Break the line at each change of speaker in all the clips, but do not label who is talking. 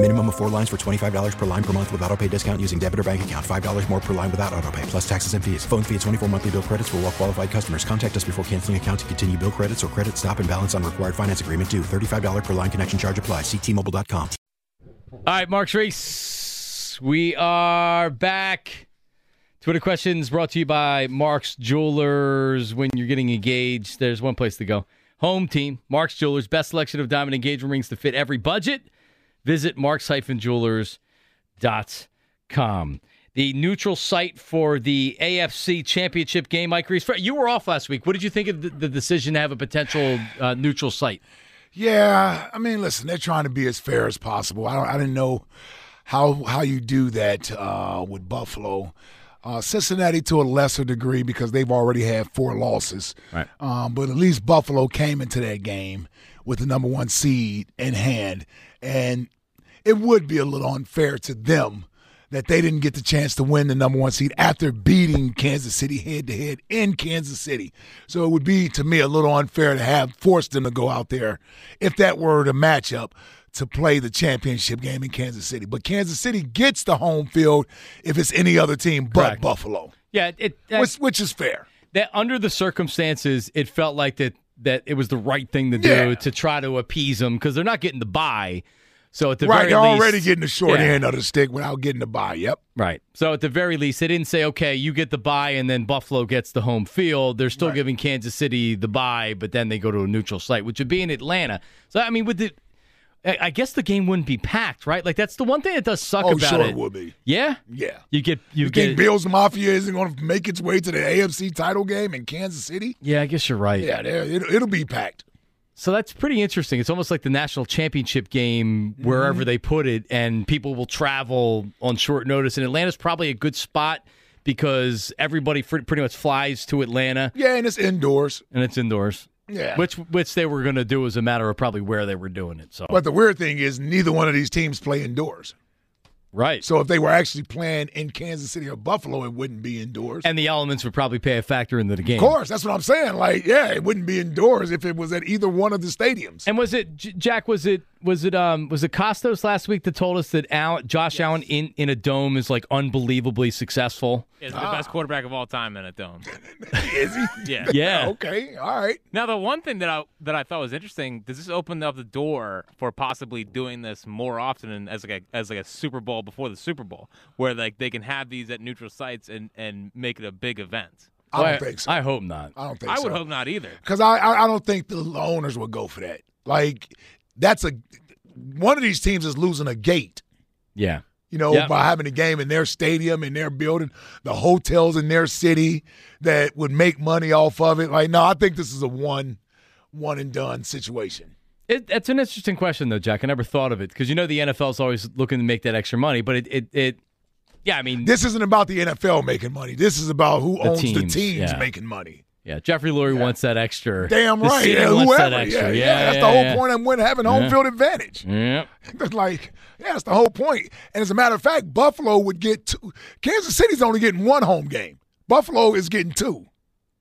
Minimum of four lines for $25 per line per month with auto pay discount using debit or bank account. $5 more per line without auto pay, plus taxes and fees. Phone fee at 24 monthly bill credits for all well qualified customers. Contact us before canceling account to continue bill credits or credit stop and balance on required finance agreement due. $35 per line connection charge applies. Ctmobile.com.
All right, Mark Reese, we are back. Twitter questions brought to you by Mark's Jewelers. When you're getting engaged, there's one place to go. Home team, Mark's Jewelers, best selection of diamond engagement rings to fit every budget. Visit marks-jewelers.com. The neutral site for the AFC Championship game, Mike Reese. You were off last week. What did you think of the- the decision to have a potential uh, neutral site?
Yeah, I mean, listen, they're trying to be as fair as possible. I don't, I didn't know how how you do that uh, with Buffalo, uh, Cincinnati to a lesser degree because they've already had four losses.
Right.
Um, but at least Buffalo came into that game with the number one seed in hand, and it would be a little unfair to them that they didn't get the chance to win the number one seed after beating Kansas City head to head in Kansas City. So it would be to me a little unfair to have forced them to go out there if that were the matchup to play the championship game in Kansas City. But Kansas City gets the home field if it's any other team but
Correct.
Buffalo,
Yeah, it,
which, which is fair.
that under the circumstances, it felt like that that it was the right thing to do
Yeah.
to try to appease them because they're not getting the buy. So at the
Right,
very
they're
least,
already getting the short
Yeah.
end of the stick without getting the buy. Yep.
right. So at the very least, they didn't say, "Okay, you get the buy, and then Buffalo gets the home field." They're still giving Kansas City the buy, but then they go to a neutral site, which would be in Atlanta. So I mean, with the, I I guess the game wouldn't be packed, right? Like that's the one thing that does suck
Oh,
about
sure
it.
it would be.
Yeah,
Yeah.
you get you,
You
get
think Bills Mafia isn't going to make its way to the AFC title game in Kansas City?
yeah. I guess you're right.
Yeah, they're- it'll, it'll be packed.
So that's pretty interesting. It's almost like the national championship game,
Mm-hmm.
wherever they put it, and people will travel on short notice. And Atlanta's probably a good spot because everybody fr- pretty much flies to Atlanta,
Yeah, and it's indoors.
and it's indoors.
Yeah.
Which which they were going to do as a matter of probably where they were doing it. So
But the weird thing is, neither one of these teams play indoors.
right,
So if they were actually playing in Kansas City or Buffalo, it wouldn't be indoors.
and the elements would probably play a factor into the game.
of course, that's what I'm saying. Like, yeah, it wouldn't be indoors if it was at either one of the stadiums.
And was it J- Jack? Was it was it um was it Costos last week that told us that Allen, Josh Allen in in a dome is like unbelievably successful?
Is the
Ah.
best quarterback of all time in a dome.
is he?
Yeah.
Yeah.
Okay. All right.
Now the one thing that I that I thought was interesting, does this open up the door for possibly doing this more often and as like a as like a Super Bowl before the Super Bowl, where like they can have these at neutral sites and and make it a big event.
I
Well,
don't think so.
I hope not.
I don't think
I
so.
would hope not either.
because I, I I don't think the owners would go for that. Like that's a one of these teams is losing a gate,
Yeah.
you know,
Yeah.
by having a game in their stadium in their building, the hotels in their city that would make money off of it. Like no, I think this is a one one and done situation.
It, that's an interesting question, though, Jack. I never thought of it because you know the NFL's always looking to make that extra money, but it, it, it yeah, I mean,
This isn't about the NFL making money. This is about who owns the
teams,
teams
yeah.
making money.
yeah, Jeffrey Lurie wants that extra.
Damn
The
right.
city
Yeah,
wants
whoever.
that extra.
Yeah,
Yeah,
yeah, that's
yeah,
the whole
yeah.
point of winning having home
Yeah.
field advantage.
Yeah.
That's like, yeah, that's the whole point. And as a matter of fact, Buffalo would get two. Kansas City's only getting one home game. Buffalo is getting two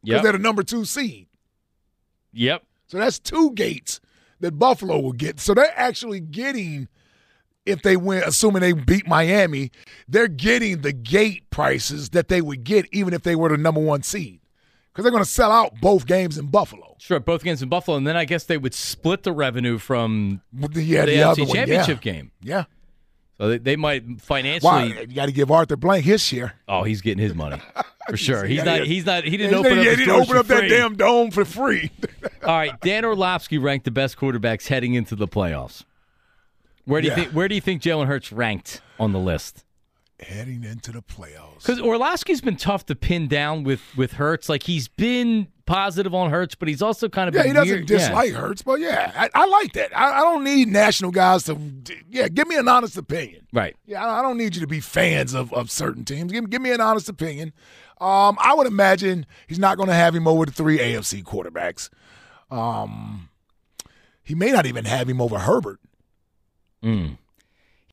because
Yep.
they're the number two seed.
yep.
So that's two gates that Buffalo will get. So they're actually getting, if they win, assuming they beat Miami, they're getting the gate prices that they would get even if they were the number one seed because they're going to sell out both games in Buffalo.
Sure. Both games in Buffalo, and then I guess they would split the revenue from
But the- Yeah,
the,
the, other
AFC
one,
Championship
yeah.
game.
Yeah.
So they, they might
Why?
financially.
You got to give Arthur Blank his share.
Oh, he's getting his money for sure. He's
Yeah,
not.
yeah.
He's not. He didn't
Yeah,
open up.
yeah,
his
he
doors
didn't open
for
up that
free.
damn dome for free.
All right, Dan Orlovsky ranked the best quarterbacks heading into the playoffs. Where do you
Yeah.
think Where do you think Jalen Hurts ranked on the list?
heading into the playoffs.
Because Orlovsky's been tough to pin down with with Hurts. Like he's been positive on Hurts, but he's also kind of
Yeah,
been
he doesn't
weird- yeah.
dislike Hurts, but yeah, I, I like that. I, I don't need national guys to, yeah, give me an honest opinion.
Right.
Yeah, I I don't need you to be fans of, of certain teams. Give, give me an honest opinion. Um, I would imagine he's not going to have him over the three AFC quarterbacks. Um, he may not even have him over Herbert.
Mm.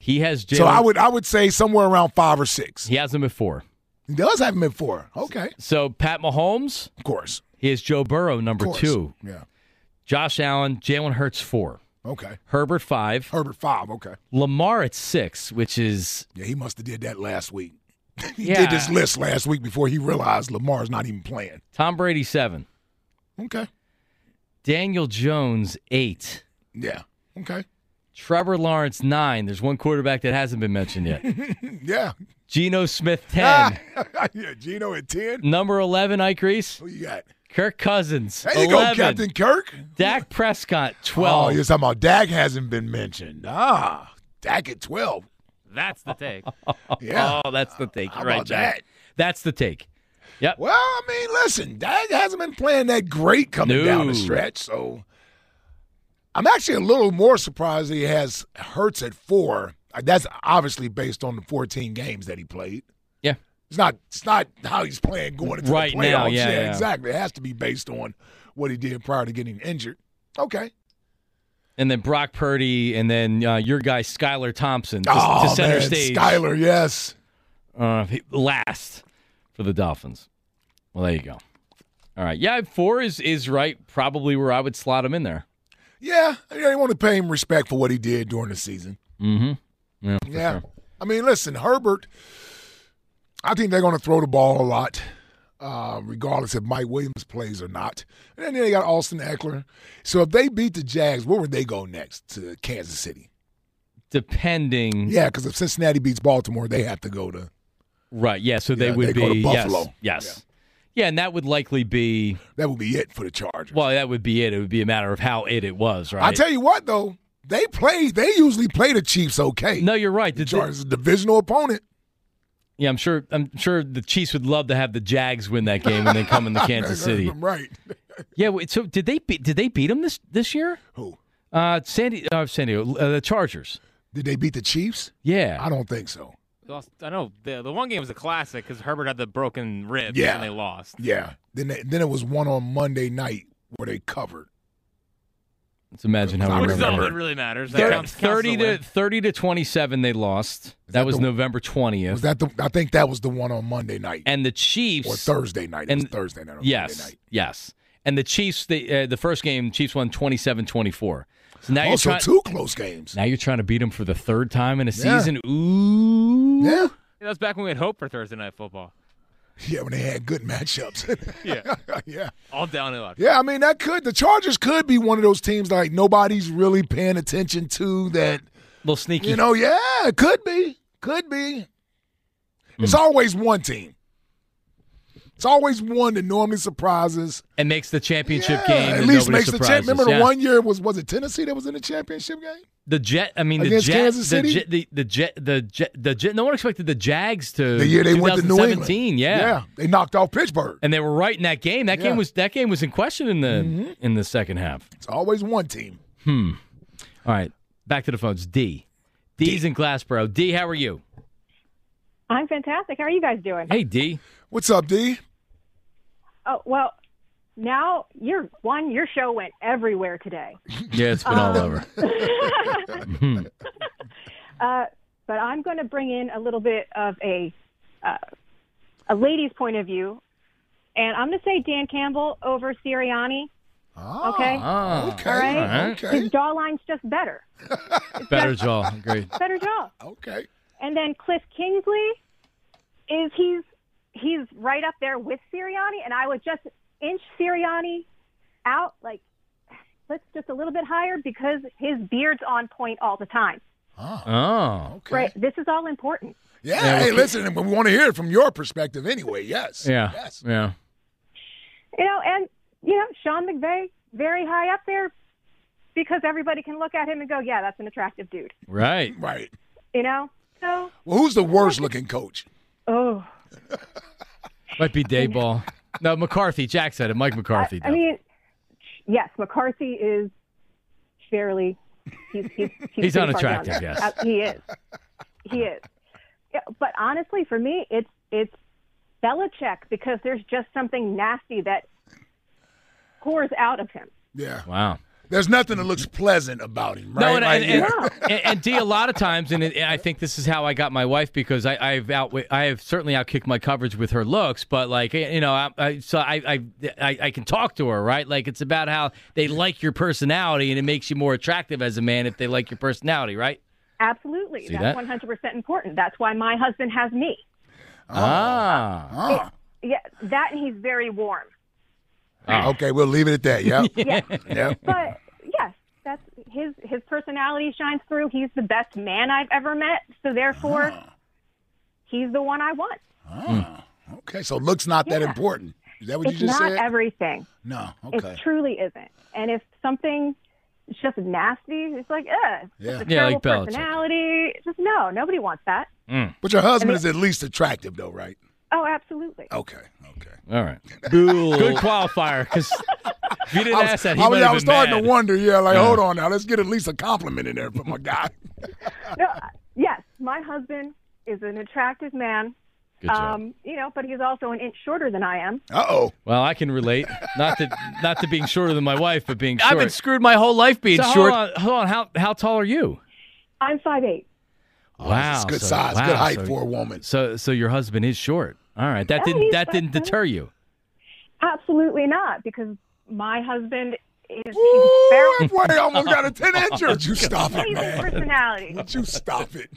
He has Jalen.
So I would I would say somewhere around five or six.
He has him at four.
He does have him at four. Okay,
So Pat Mahomes,
of course.
he has Joe Burrow
Of
number
course.
two,
Yeah.
Josh Allen, Jalen Hurts four,
Okay.
Herbert five,
Herbert five. Okay.
Lamar at six, which is
Yeah, he must have did that last week. he
Yeah.
did this list last week before he realized Lamar's not even playing.
Tom Brady seven,
Okay.
Daniel Jones eight,
Yeah. Okay.
Trevor Lawrence nine. There's one quarterback that hasn't been mentioned yet.
Yeah.
Geno Smith ten,
Ah. yeah. Gino at ten.
number eleven Ike Reese,
Who you got?
Kirk Cousins
There you
eleven,
go, Captain Kirk.
Dak Prescott
Oh,
twelve.
you're talking about Dak hasn't been mentioned. Ah, Dak at twelve.
That's the take.
Yeah.
Oh, that's the take.
How
You're right,
about
Jack.
that?
That's the take. Yep.
Well, I mean, listen, Dak hasn't been playing that great coming
No.
down the stretch, so I'm actually a little more surprised that he has Hurts at four. Uh, That's obviously based on the 14 games that he played.
Yeah.
It's not. It's not how he's playing going into
Right
the playoffs.
now, yeah, yeah.
exactly. It has to be based on what he did prior to getting injured. Okay.
and then Brock Purdy, and then uh, your guy Skylar Thompson to,
oh
to center
man,
stage
Skyler, yes.
uh, last for the Dolphins. Well, there you go. All right, yeah, four is is right. Probably where I would slot him in there.
Yeah, I mean, I want to pay him respect for what he did during the season.
Mm-hmm. Yeah, for
Yeah.
sure.
I mean, listen, Herbert, I think they're going to throw the ball a lot, uh, regardless if Mike Williams plays or not. And then they got Austin Eckler. So if they beat the Jags, where would they go next? To Kansas City.
Depending,
Yeah, because if Cincinnati beats Baltimore, they have to go to.
right? Yeah, so they
Yeah,
would
they go to
be
Buffalo.
yes, yes, yeah. and that would likely be
That would be it for the Chargers.
well, that would be it. It would be a matter of how it it was, right?
I tell you what, though, they play. They usually play the Chiefs okay.
no, you're right. The-
the Chargers, a divisional opponent.
yeah, I'm sure. I'm sure the Chiefs would love to have the Jags win that game and then come into Kansas City.
right?
Yeah. Wait, so did they beat? Did they beat them this this year?
Who
Uh, Sandy, uh, San Diego, uh, the Chargers.
did they beat the Chiefs?
Yeah,
I don't think so.
Lost- I know the, the one game was a classic because Herbert had the broken ribs
Yeah.
and they lost.
Yeah. Then they, then it was one on Monday night where they covered.
let's imagine how
I
we
Which is all
remember.
that really matters. That
Thir-
counts- counts
Thirty
as a win.
to thirty to twenty-seven, they lost.
that
That was
the-
November
Was
twentieth,
that the? I think that was the one on Monday night
and the
or
Chiefs.
Thursday night. It
and-
was Thursday night. Or
yes,
Monday night.
yes, and the Chiefs. They, uh, the first game, Chiefs won 27-24. So now
also,
you're trying.
two close games.
Now you're trying to beat them for the third time in a
Yeah.
season. Ooh,
Yeah.
Yeah, That was back when we had hope for Thursday night football.
Yeah, when they had good matchuhips.
Yeah.
yeah.
All downhill.
Yeah, I mean that could the Chargers could be one of those teams like nobody's really paying attention to that
little sneaky.
you know, yeah, it could be. Could be. It's
Hmm.
always one team. It's always one that normally surprises.
and makes the championship
Yeah,
game.
At
and
least
nobody
makes the
surprises.
champ. Remember
Yeah.
the one year was was it Tennessee that was in the championship game?
The Jet, I mean
Against
the Jet,
Kansas City?
the Jet, the, the Jet, the Jet, the Jet. No one expected the Jags to
The year they went to New England.
2017, Yeah.
They knocked off Pittsburgh.
and they were right in that game. That
Yeah. Mm-hmm.
game was that game was in question in the in the second half.
It's always one team.
All right, back to the phones. D, D's in Glassboro. D, how are you?
I'm fantastic. How are you guys doing?
Hey, D.
What's up, D?
Oh well, now your one your show went everywhere today,
Yeah, it's been all over.
but I'm going to bring in a little bit of a uh, a lady's point of view, and I'm going to say Dan Campbell over Sirianni.
Ah,
Okay,
Ah,
Okay.
right. his
Okay.
jawline's just better,
better jaw. Great.
better jaw.
Okay.
And then Cliff Kingsley is he's he's right up there with Sirianni, and I would just inch Sirianni out like let's just a little bit higher because his beard's on point all the time.
Oh,
Okay.
Right, this is all important.
Yeah,
Yeah,
hey,
okay.
listen, and we want to hear it from your perspective anyway. Yes.
yeah,
Yes.
yeah.
You know, and you know Sean McVay very high up there because everybody can look at him and go, yeah, that's an attractive dude.
Right.
Right.
You know? So,
Well, who's the worst looking coach?
oh,
Might be Dayball. No, McCarthy. Jack said it. Mike McCarthy.
I
though.
mean, yes, McCarthy is fairly. He's, he's, he's,
He's
pretty far
unattractive,
down there.
yes.
Uh, he is. He is. Yeah, but honestly, for me, it's it's Belichick because there's just something nasty that pours out of him.
Yeah.
wow.
There's nothing that looks pleasant about him, right?
No, and,
Like,
and, and,
yeah.
and- and D, a lot of times, and, it, and I think this is how I got my wife because I, I've out, I have certainly outkicked my coverage with her looks, but like you know, I, I, so I, I I I can talk to her, right? Like it's about how they like your personality, and it makes you more attractive as a man if they like your personality, right?
Absolutely,
See that?
that's 100% important. That's why my husband has me.
Ah,
Oh. Ah,
Yeah, that and he's very warm.
Oh.
okay, we'll leave it at that. Yep.
Yeah.
yep.
but yes, that's his his personality shines through. He's the best man I've ever met, so therefore,
Ah.
he's the one I want.
Oh. Okay, so looks not that
Yeah.
important. Is that what
It's
you just
not
said?
everything.
no. Okay.
It truly isn't. And if something is just nasty, it's like, ugh,
Yeah.
it's
Yeah,
a terrible
like Belichick.
personality. Just no, nobody wants that.
But your husband is at least attractive, though, right?
Oh, absolutely.
Okay. Okay.
all right, good qualifier because if you didn't
I
ask
was,
that, he
I was,
might have
I was
been
starting
mad.
to wonder. Yeah, like hold on now. Let's get at least a compliment in there for my guy.
No, I- yes, my husband is an attractive man.
Good job.
Um, you know, but he's also an inch shorter than I am.
Uh oh.
Well, I can relate. Not to not to being shorter than my wife, but being short.
I've been screwed my whole life being
So
short.
Hold on, hold on. How how tall are you?
I'm five eight.
Wow,
It's Oh, good
so-
size,
wow,
good height
so-
for a woman.
So, so your husband is short. All right, that
Yeah,
didn't
he's
that didn't
fine.
deter you.
Absolutely not, because my husband is he's
Ooh,
very
that boy almost got
Oh,
a ten incher. Would you stop it,
amazing
man?
personality.
Would you stop it?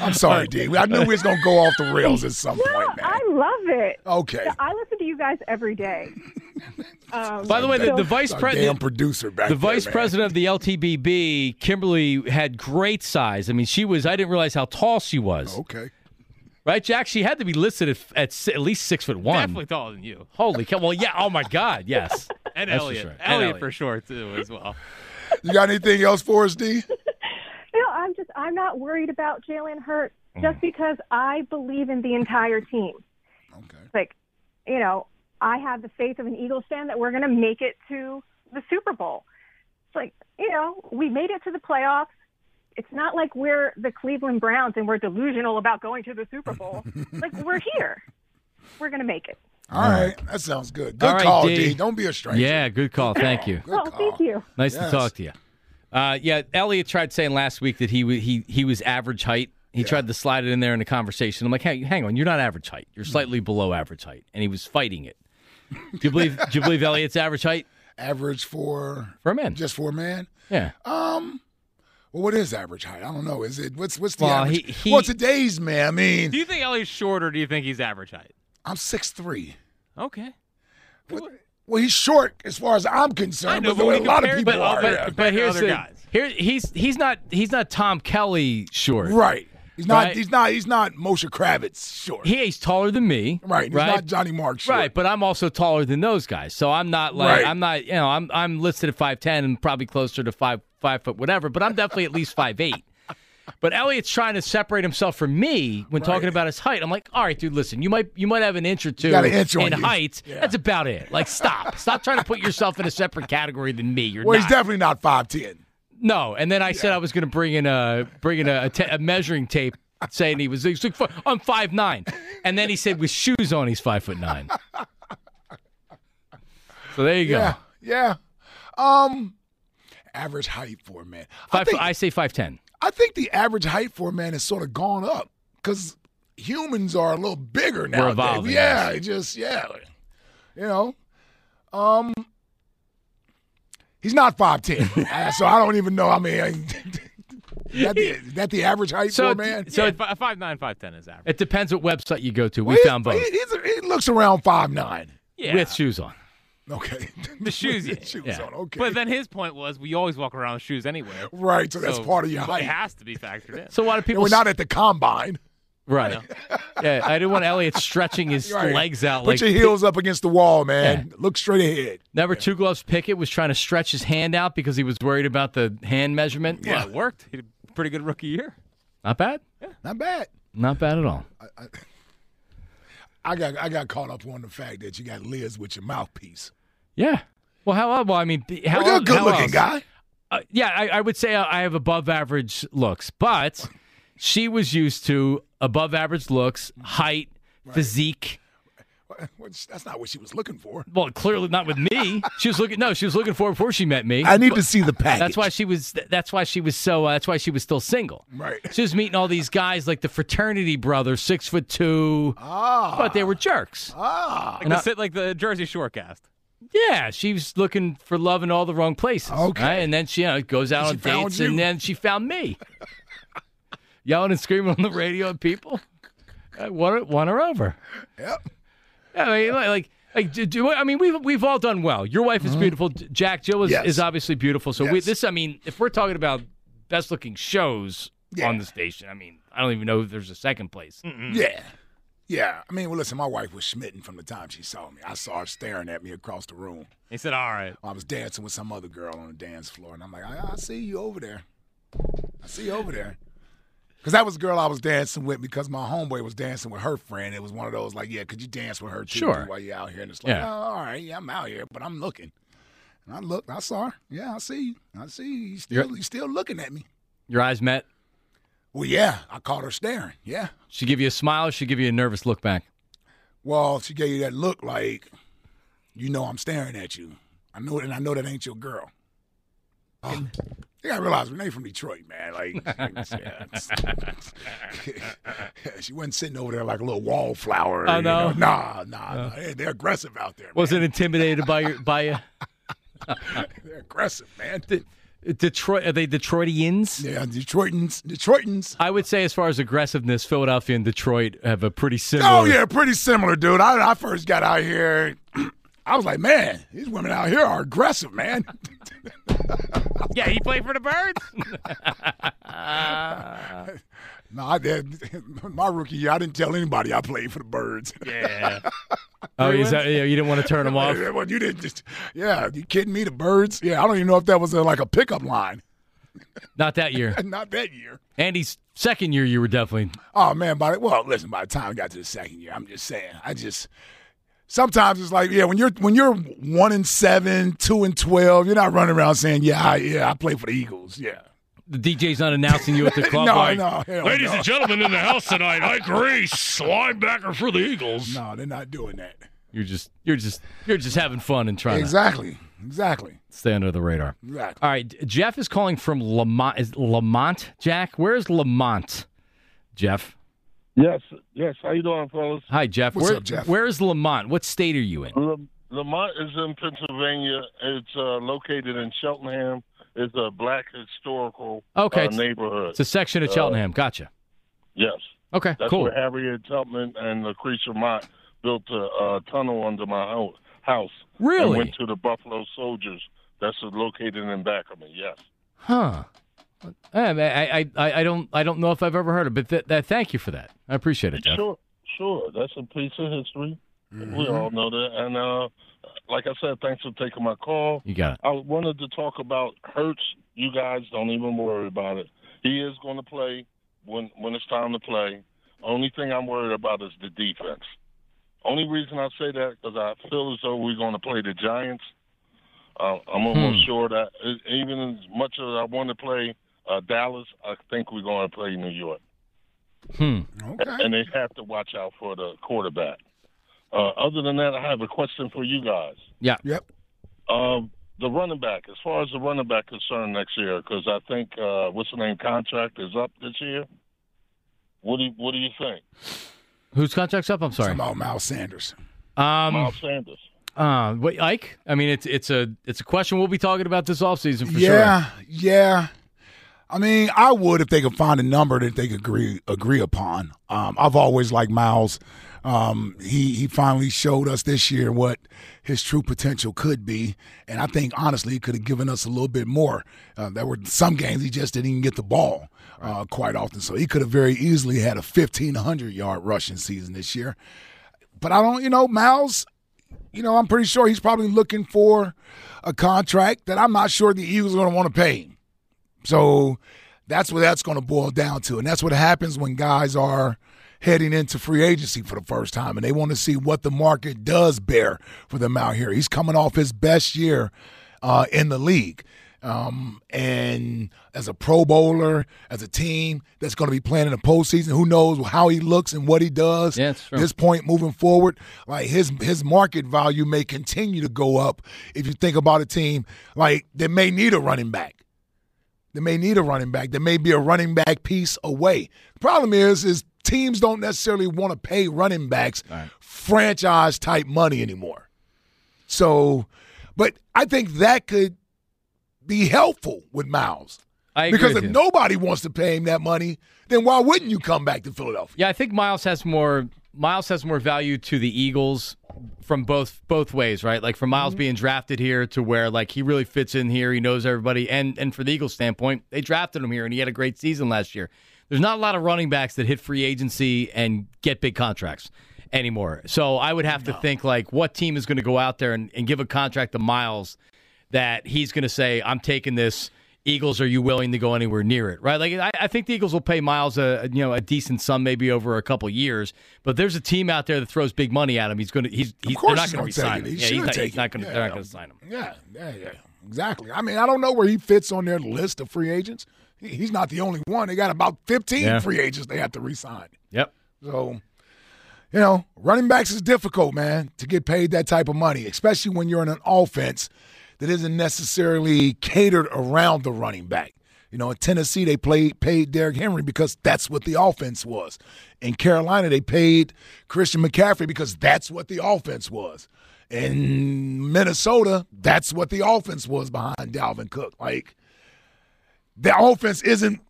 I'm sorry, D. I knew we was gonna go off the rails at some
No,
point, man.
I love it.
Okay.
I listen to you guys every day. Um,
By the way, the,
so-
the vice
Our damn
president,
producer back
the
there,
vice
man.
president of the LTBB, Kimberly, had great size. I mean, she was. I didn't realize how tall she was.
Okay.
Right, Jack. She had to be listed at at, s- at least six foot one.
Definitely taller than you.
Holy cow! Well, yeah. Oh my God. Yes.
And
That's for
Elliot.
sure. And
Elliot.
Elliot.
for sure too as well.
You got anything else for us, D?
no, I'm just I'm not worried about Jalen Hurt
Mm-hmm.
just because I believe in the entire team.
Okay.
Like, you know, I have the faith of an Eagles fan that we're going to make it to the Super Bowl. It's like you know we made it to the playoffs. It's not like we're the Cleveland Browns and we're delusional about going to the Super Bowl. like we're here. We're going to make it.
All right. That sounds good. Good
All right,
call,
D.
D. Don't be a stranger.
Yeah. Good call. Thank you.
Good
oh,
call.
thank you.
Nice to
Yes.
talk to you. Uh, yeah, Elliot tried saying last week that he wa- he he was average height. He tried to slide it in there in a conversation. I'm like, hey, hang on, you're not average height. You're
Hmm.
slightly below average height, and he was fighting it. Do you believe? do you believe Elliot's average height
Average for
for a man?
just for a man.
yeah,
Um, well, what is average height? I don't know. Is it what's what's the
Well,
average?
he- he-
well, today's man. I mean,
Do you think Elliot's short or do you think he's average height?
I'm six three.
Okay.
Well, he's short as far as I'm concerned.
I know,
but,
but
the way
when
a
you
lot of
compare it
people
to
are.
other-
yeah.
compared to
uh, here's
other
the
guys.
here he's he's not he's not Tom Kelly short.
Right. He's not.
Right.
He's not. He's not Moshe Kravitz short.
He he's taller than me.
right. He's not Johnny Marks short.
Right, but I'm also taller than those guys, so I'm not like
Right.
I'm not you know I'm I'm listed at five ten and probably closer to five five foot whatever, but I'm definitely at least five eight. But Elliot's trying to separate himself from me when talking about his height. I'm like, all right, dude, listen, you might you might have an inch or two
got an inch on
in
you.
height. That's about it. Like, stop, stop trying to put yourself in a separate category than me. You're
Well, he's
not.
definitely not five ten.
No, and then I said I was going to bring in a bring in a, a, ta- a measuring tape, saying he was he's like, "Fu- I'm five nine, and then he said with shoes on he's five foot nine. So there you go.
Yeah. Yeah. Um, average height for a man. I
Five, I,
think,
I say five ten.
I think the average height for a man has sort of gone up because humans are a little bigger now.
evolving,
Yeah,
yes.
it just yeah, like, you know. Um, he's not five ten, Uh, so I don't even know. I mean, is that the, is that the average height
So-
for a man?
so-
So yeah, fi- five nine, five ten is average.
It depends what website you go to. We
Well, he-
found both
He, he's a- he looks around five nine.
Yeah.
with shoes on.
Okay,
The shoes,
With
yeah,
the shoes
yeah.
on. Okay,
But then his point was we always walk around with shoes anyway.
right, so that's
So
part of your
It
height.
has to be factored in.
So why do
And
people?
we're not at the combine.
Right. yeah, I didn't want Elliott stretching his
Right.
legs out
Put
like
your heels up against the wall, man. Look straight ahead.
Number two gloves Pickett was trying to stretch his hand out because he was worried about the hand measurement.
Yeah, it worked. He had a pretty good rookie year.
Not bad.
Not bad.
Not bad at all.
I got I got caught up on the fact that you got Liz with your mouthpiece.
Yeah. Well, how well, I mean, how
Well, you're a
how
good looking
else?
guy.
Uh, yeah, I, I would say I have above average looks, but she was used to above average looks, height, physique.
Which, that's not what she was looking for.
Well, clearly not with me. she was looking. No, she was looking for it before she met me.
I need to see the package.
That's why she was. That's why she was so. Uh, that's why she was still single.
Right.
She was meeting all these guys like the fraternity brothers, six foot two,
Ah,
but they were jerks.
Like the, sit like the Jersey Shore cast.
Yeah, she was looking for love in all the wrong places.
Okay.
right? and then she you know, goes out
She
on
found
dates,
you.
and then she found me, yelling and screaming on the radio at people. Uh, I won, her- won her over.
Yep.
I mean, like, like, like, do, do- I mean, we've we've all done well. Your wife is beautiful. Jack Jill is,
Mm-hmm. Yes.
is obviously beautiful. So we,
Yes.
this, I mean, if we're talking about best looking shows on the station, I mean, I don't even know if there's a second place.
yeah, yeah. I mean, well, listen, my wife was smitten from the time she saw me. I saw her staring at me across the room.
He said, "All right,
I was dancing with some other girl on the dance floor, and I'm like, I, I see you over there. I see you over there. Because that was the girl I was dancing with because my homeboy was dancing with her friend. It was one of those, like, yeah, could you dance with her too
Sure.
while you're out here? And it's like,
Yeah.
oh, all right, yeah, I'm out here, but I'm looking. And I looked, I saw her. Yeah, I see you. I see you. You still, you still looking at me.
Your eyes met.
Well, yeah, I caught her staring. Yeah.
She give you a smile. She give you a nervous look back.
Well, she gave you that look like, you know, I'm staring at you. I know, and I know that ain't your girl. Oh, you gotta realize Renee from Detroit, man. Like, yeah, it's- she wasn't sitting over there like a little wallflower.
Oh,
you
no?
know? Nah, nah, nah. Hey, They're aggressive out there. man.
Wasn't intimidated by your by your.
They're aggressive, man.
Detroit are they Detroitians?
Yeah, Detroitans, Detroitans.
I would say as far as aggressiveness, Philadelphia and Detroit have a pretty similar.
Oh yeah, pretty similar, dude. I, I first got out here, I was like, man, these women out here are aggressive, man.
yeah. He played for the Birds.
No, I did. My rookie year, I didn't tell anybody I played for the Birds.
yeah. Oh, is that, yeah, you didn't want to turn him off.
well, you didn't. Just, yeah, you kidding me? The Birds? Yeah, I don't even know if that was uh like a pickup line.
Not that year.
Not that year.
Andy's second year, you were definitely.
Oh man, by the, well, listen. By the time I got to the second year, I'm just saying. I just sometimes it's like, yeah, when you're when you're one and seven, two and twelve, you're not running around saying, yeah, I, yeah, I play for the Eagles. Yeah.
The DJ's not announcing you at the club.
no,
like,
no, hell no.
gentlemen in the house tonight, I Grace, linebacker for the Eagles.
no, they're not doing that.
You're just, you're just, you're just having fun and trying
Exactly. Exactly.
to stay under the radar.
Exactly.
All right, Jeff is calling from Lamont. Is Lamont, Jack? Where's Lamont, Jeff?
Yes, yes. How you doing, fellas?
Hi, Jeff.
What's
Where,
up, Jeff?
Where is Lamont? What state are you in?
Lam- Lamont is in Pennsylvania. It's uh, located in Cheltenham. It's a black historical
Okay,
uh,
it's-
neighborhood.
It's a section of Cheltenham. Gotcha.
yes,
Okay,
that's
cool.
where Harriet Tubman and Lucretia Mott built a, uh tunnel under my ho- house.
Really?
And went to the Buffalo Soldiers. That's located in Backerman. Yes.
Huh. Eh, I, I, I- I, I don't I don't know if I've ever heard of, it, but th- th- thank you for that. I appreciate it, Jeff.
Sure, sure. That's a piece of history. We
Mm-hmm.
all know that. And uh, like I said, thanks for taking my call.
You got it.
I wanted to talk about Hertz. You guys don't even worry about it. He is going to play when when it's time to play. Only thing I'm worried about is the defense. Only reason I say that because I feel as though we're going to play the Giants. Uh, I'm almost sure that e- even as much as I want to play uh, Dallas, I think we're going to play New York
Okay.
and they have to watch out for the quarterback. Uh, other than that, I have a question for you guys.
Yeah.
Yep.
Um, the running back, as far as the running back concerned next year, because I think uh, what's the name contract is up this year. What do you, What do you think,
Whose contract's up? I'm sorry.
About Miles Sanders.
Um.
Miles Sanders?
Uh. Wait, Ike. I mean, it's it's a it's a question we'll be talking about this offseason for sure.
yeah, yeah. I mean, I would if they could find a number that they could agree agree upon. Um, I've always liked Miles. Um, he he finally showed us this year what his true potential could be, and I think honestly he could have given us a little bit more. Uh, there were some games he just didn't even get the ball. uh, quite often. So he could have very easily had a 1,500 yard rushing season this year. But I don't, you know, Miles, you know, I'm pretty sure he's probably looking for a contract that I'm not sure the Eagles are going to want to pay him. So that's what that's going to boil down to. And that's what happens when guys are heading into free agency for the first time and they want to see what the market does bear for them out here. He's coming off his best year uh, in the league. Um, and as a Pro Bowler, as a team that's going to be playing in the postseason, who knows how he looks and what he does.
Yeah, it's true.
This point moving forward, like his his market value may continue to go up if you think about a team like that may need a running back. They may need a running back. There may be a running back piece away. The problem is, is teams don't necessarily want to pay running backs franchise type money anymore. So, but I think that could be helpful with Miles.
I agree
because
with
if
you.
nobody wants to pay him that money, then why wouldn't you come back to Philadelphia?
Yeah, I think Miles has more. Miles has more value to the Eagles from both both ways, right? Like from Miles being drafted here to where like he really fits in here, he knows everybody, and and for the Eagles standpoint, they drafted him here and he had a great season last year. There's not a lot of running backs that hit free agency and get big contracts anymore. So I would have to think like what team is going to go out there and, and give a contract to Miles that he's going to say, "I'm taking this." Eagles, are you willing to go anywhere near it? Right? Like, I, I think the Eagles will pay Miles a you know a decent sum, maybe over a couple years. But there's a team out there that throws big money at him. He's going to he's, he's
course
they're not
he's
going to
gonna take
resign him.
it. He
Yeah,
should
he's not,
take
he's not
it.
going to
Yeah,
they're not
yeah.
going to sign him.
Yeah, yeah, yeah. Exactly. I mean, I don't know where he fits on their list of free agents. He- He's not the only one. They got about 15
Yeah.
free agents they have to re-sign.
Yep.
So, you know, running backs is difficult, man, to get paid that type of money, especially when you're in an offense that isn't necessarily catered around the running back. You know, in Tennessee, they played, paid Derrick Henry because that's what the offense was. In Carolina, they paid Christian McCaffrey because that's what the offense was. In Minnesota, that's what the offense was behind Dalvin Cook. Like, the offense isn't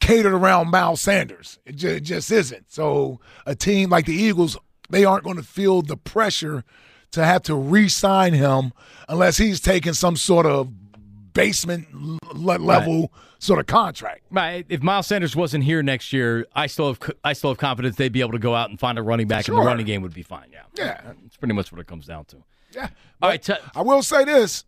catered around Miles Sanders. It ju- it just isn't. So a team like the Eagles, they aren't going to feel the pressure to have to re-sign him unless he's taking some sort of basement l- le- level sort of contract.
Right. If Miles Sanders wasn't here next year, I still have co- I still have confidence they'd be able to go out and find a running back, and
Sure.
the running game would be fine. Yeah.
Yeah.
That's pretty much what it comes down to.
Yeah.
All right. T-
I will say this.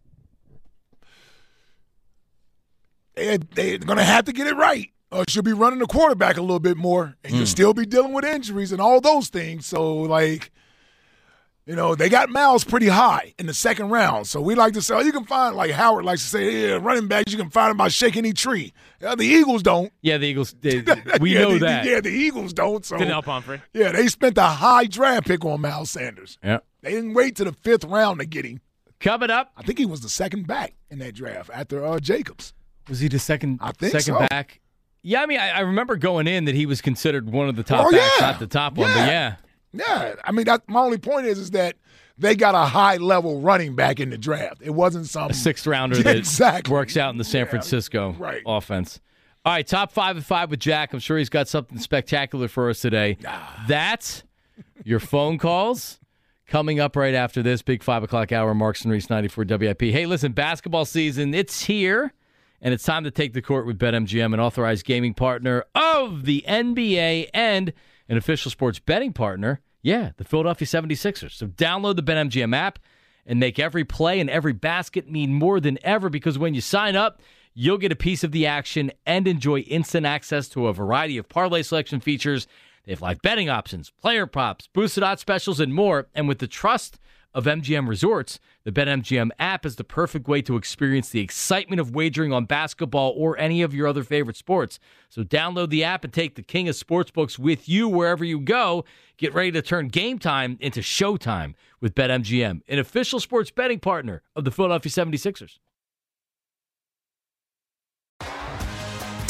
They, they're going to have to get it right. Or she'll be running the quarterback a little bit more, and
Hmm.
you'll still be dealing with injuries and all those things. So, like, you know, they got Miles pretty high in the second round. So we like to say, oh, you can find, like Howard likes to say, yeah, running backs, you can find them by shaking any tree. Yeah, the Eagles don't.
yeah, the Eagles. They, we
Yeah,
know
the-
that.
Yeah, the Eagles don't. So
Denell Pumphrey.
Yeah, they spent a high draft pick on Miles Sanders.
yeah.
They didn't wait to the fifth round to get him.
Coming up,
I think he was the second back in that draft after uh, Jacobs.
was he the second
I think
second
so.
back? Yeah, I mean, I, I remember going in that he was considered one of the top
Oh,
backs,
yeah.
not the top one, but
Yeah.
yeah.
Yeah, I mean, that, my only point is is that they got a high level running back in the draft. It wasn't some
a sixth rounder
Yeah,
that
exactly.
works out in the San Francisco
right.
offense. All right, top five and five with Jack. I'm sure he's got something spectacular for us today. That's your phone calls coming up right after this big five o'clock hour. Marks and Reese, 94 WIP. Hey, listen, basketball season it's here, and it's time to take the court with BetMGM, an authorized gaming partner of the NBA and an official sports betting partner. Yeah, the Philadelphia 76ers. So download the BetMGM app and make every play and every basket mean more than ever because when you sign up, you'll get a piece of the action and enjoy instant access to a variety of parlay selection features. They have live betting options, player props, boosted odds specials, and more. And with the trust of MGM Resorts, the BetMGM app is the perfect way to experience the excitement of wagering on basketball or any of your other favorite sports. So download the app and take the king of sportsbooks with you wherever you go. Get ready to turn game time into showtime with BetMGM, an official sports betting partner of the Philadelphia 76ers.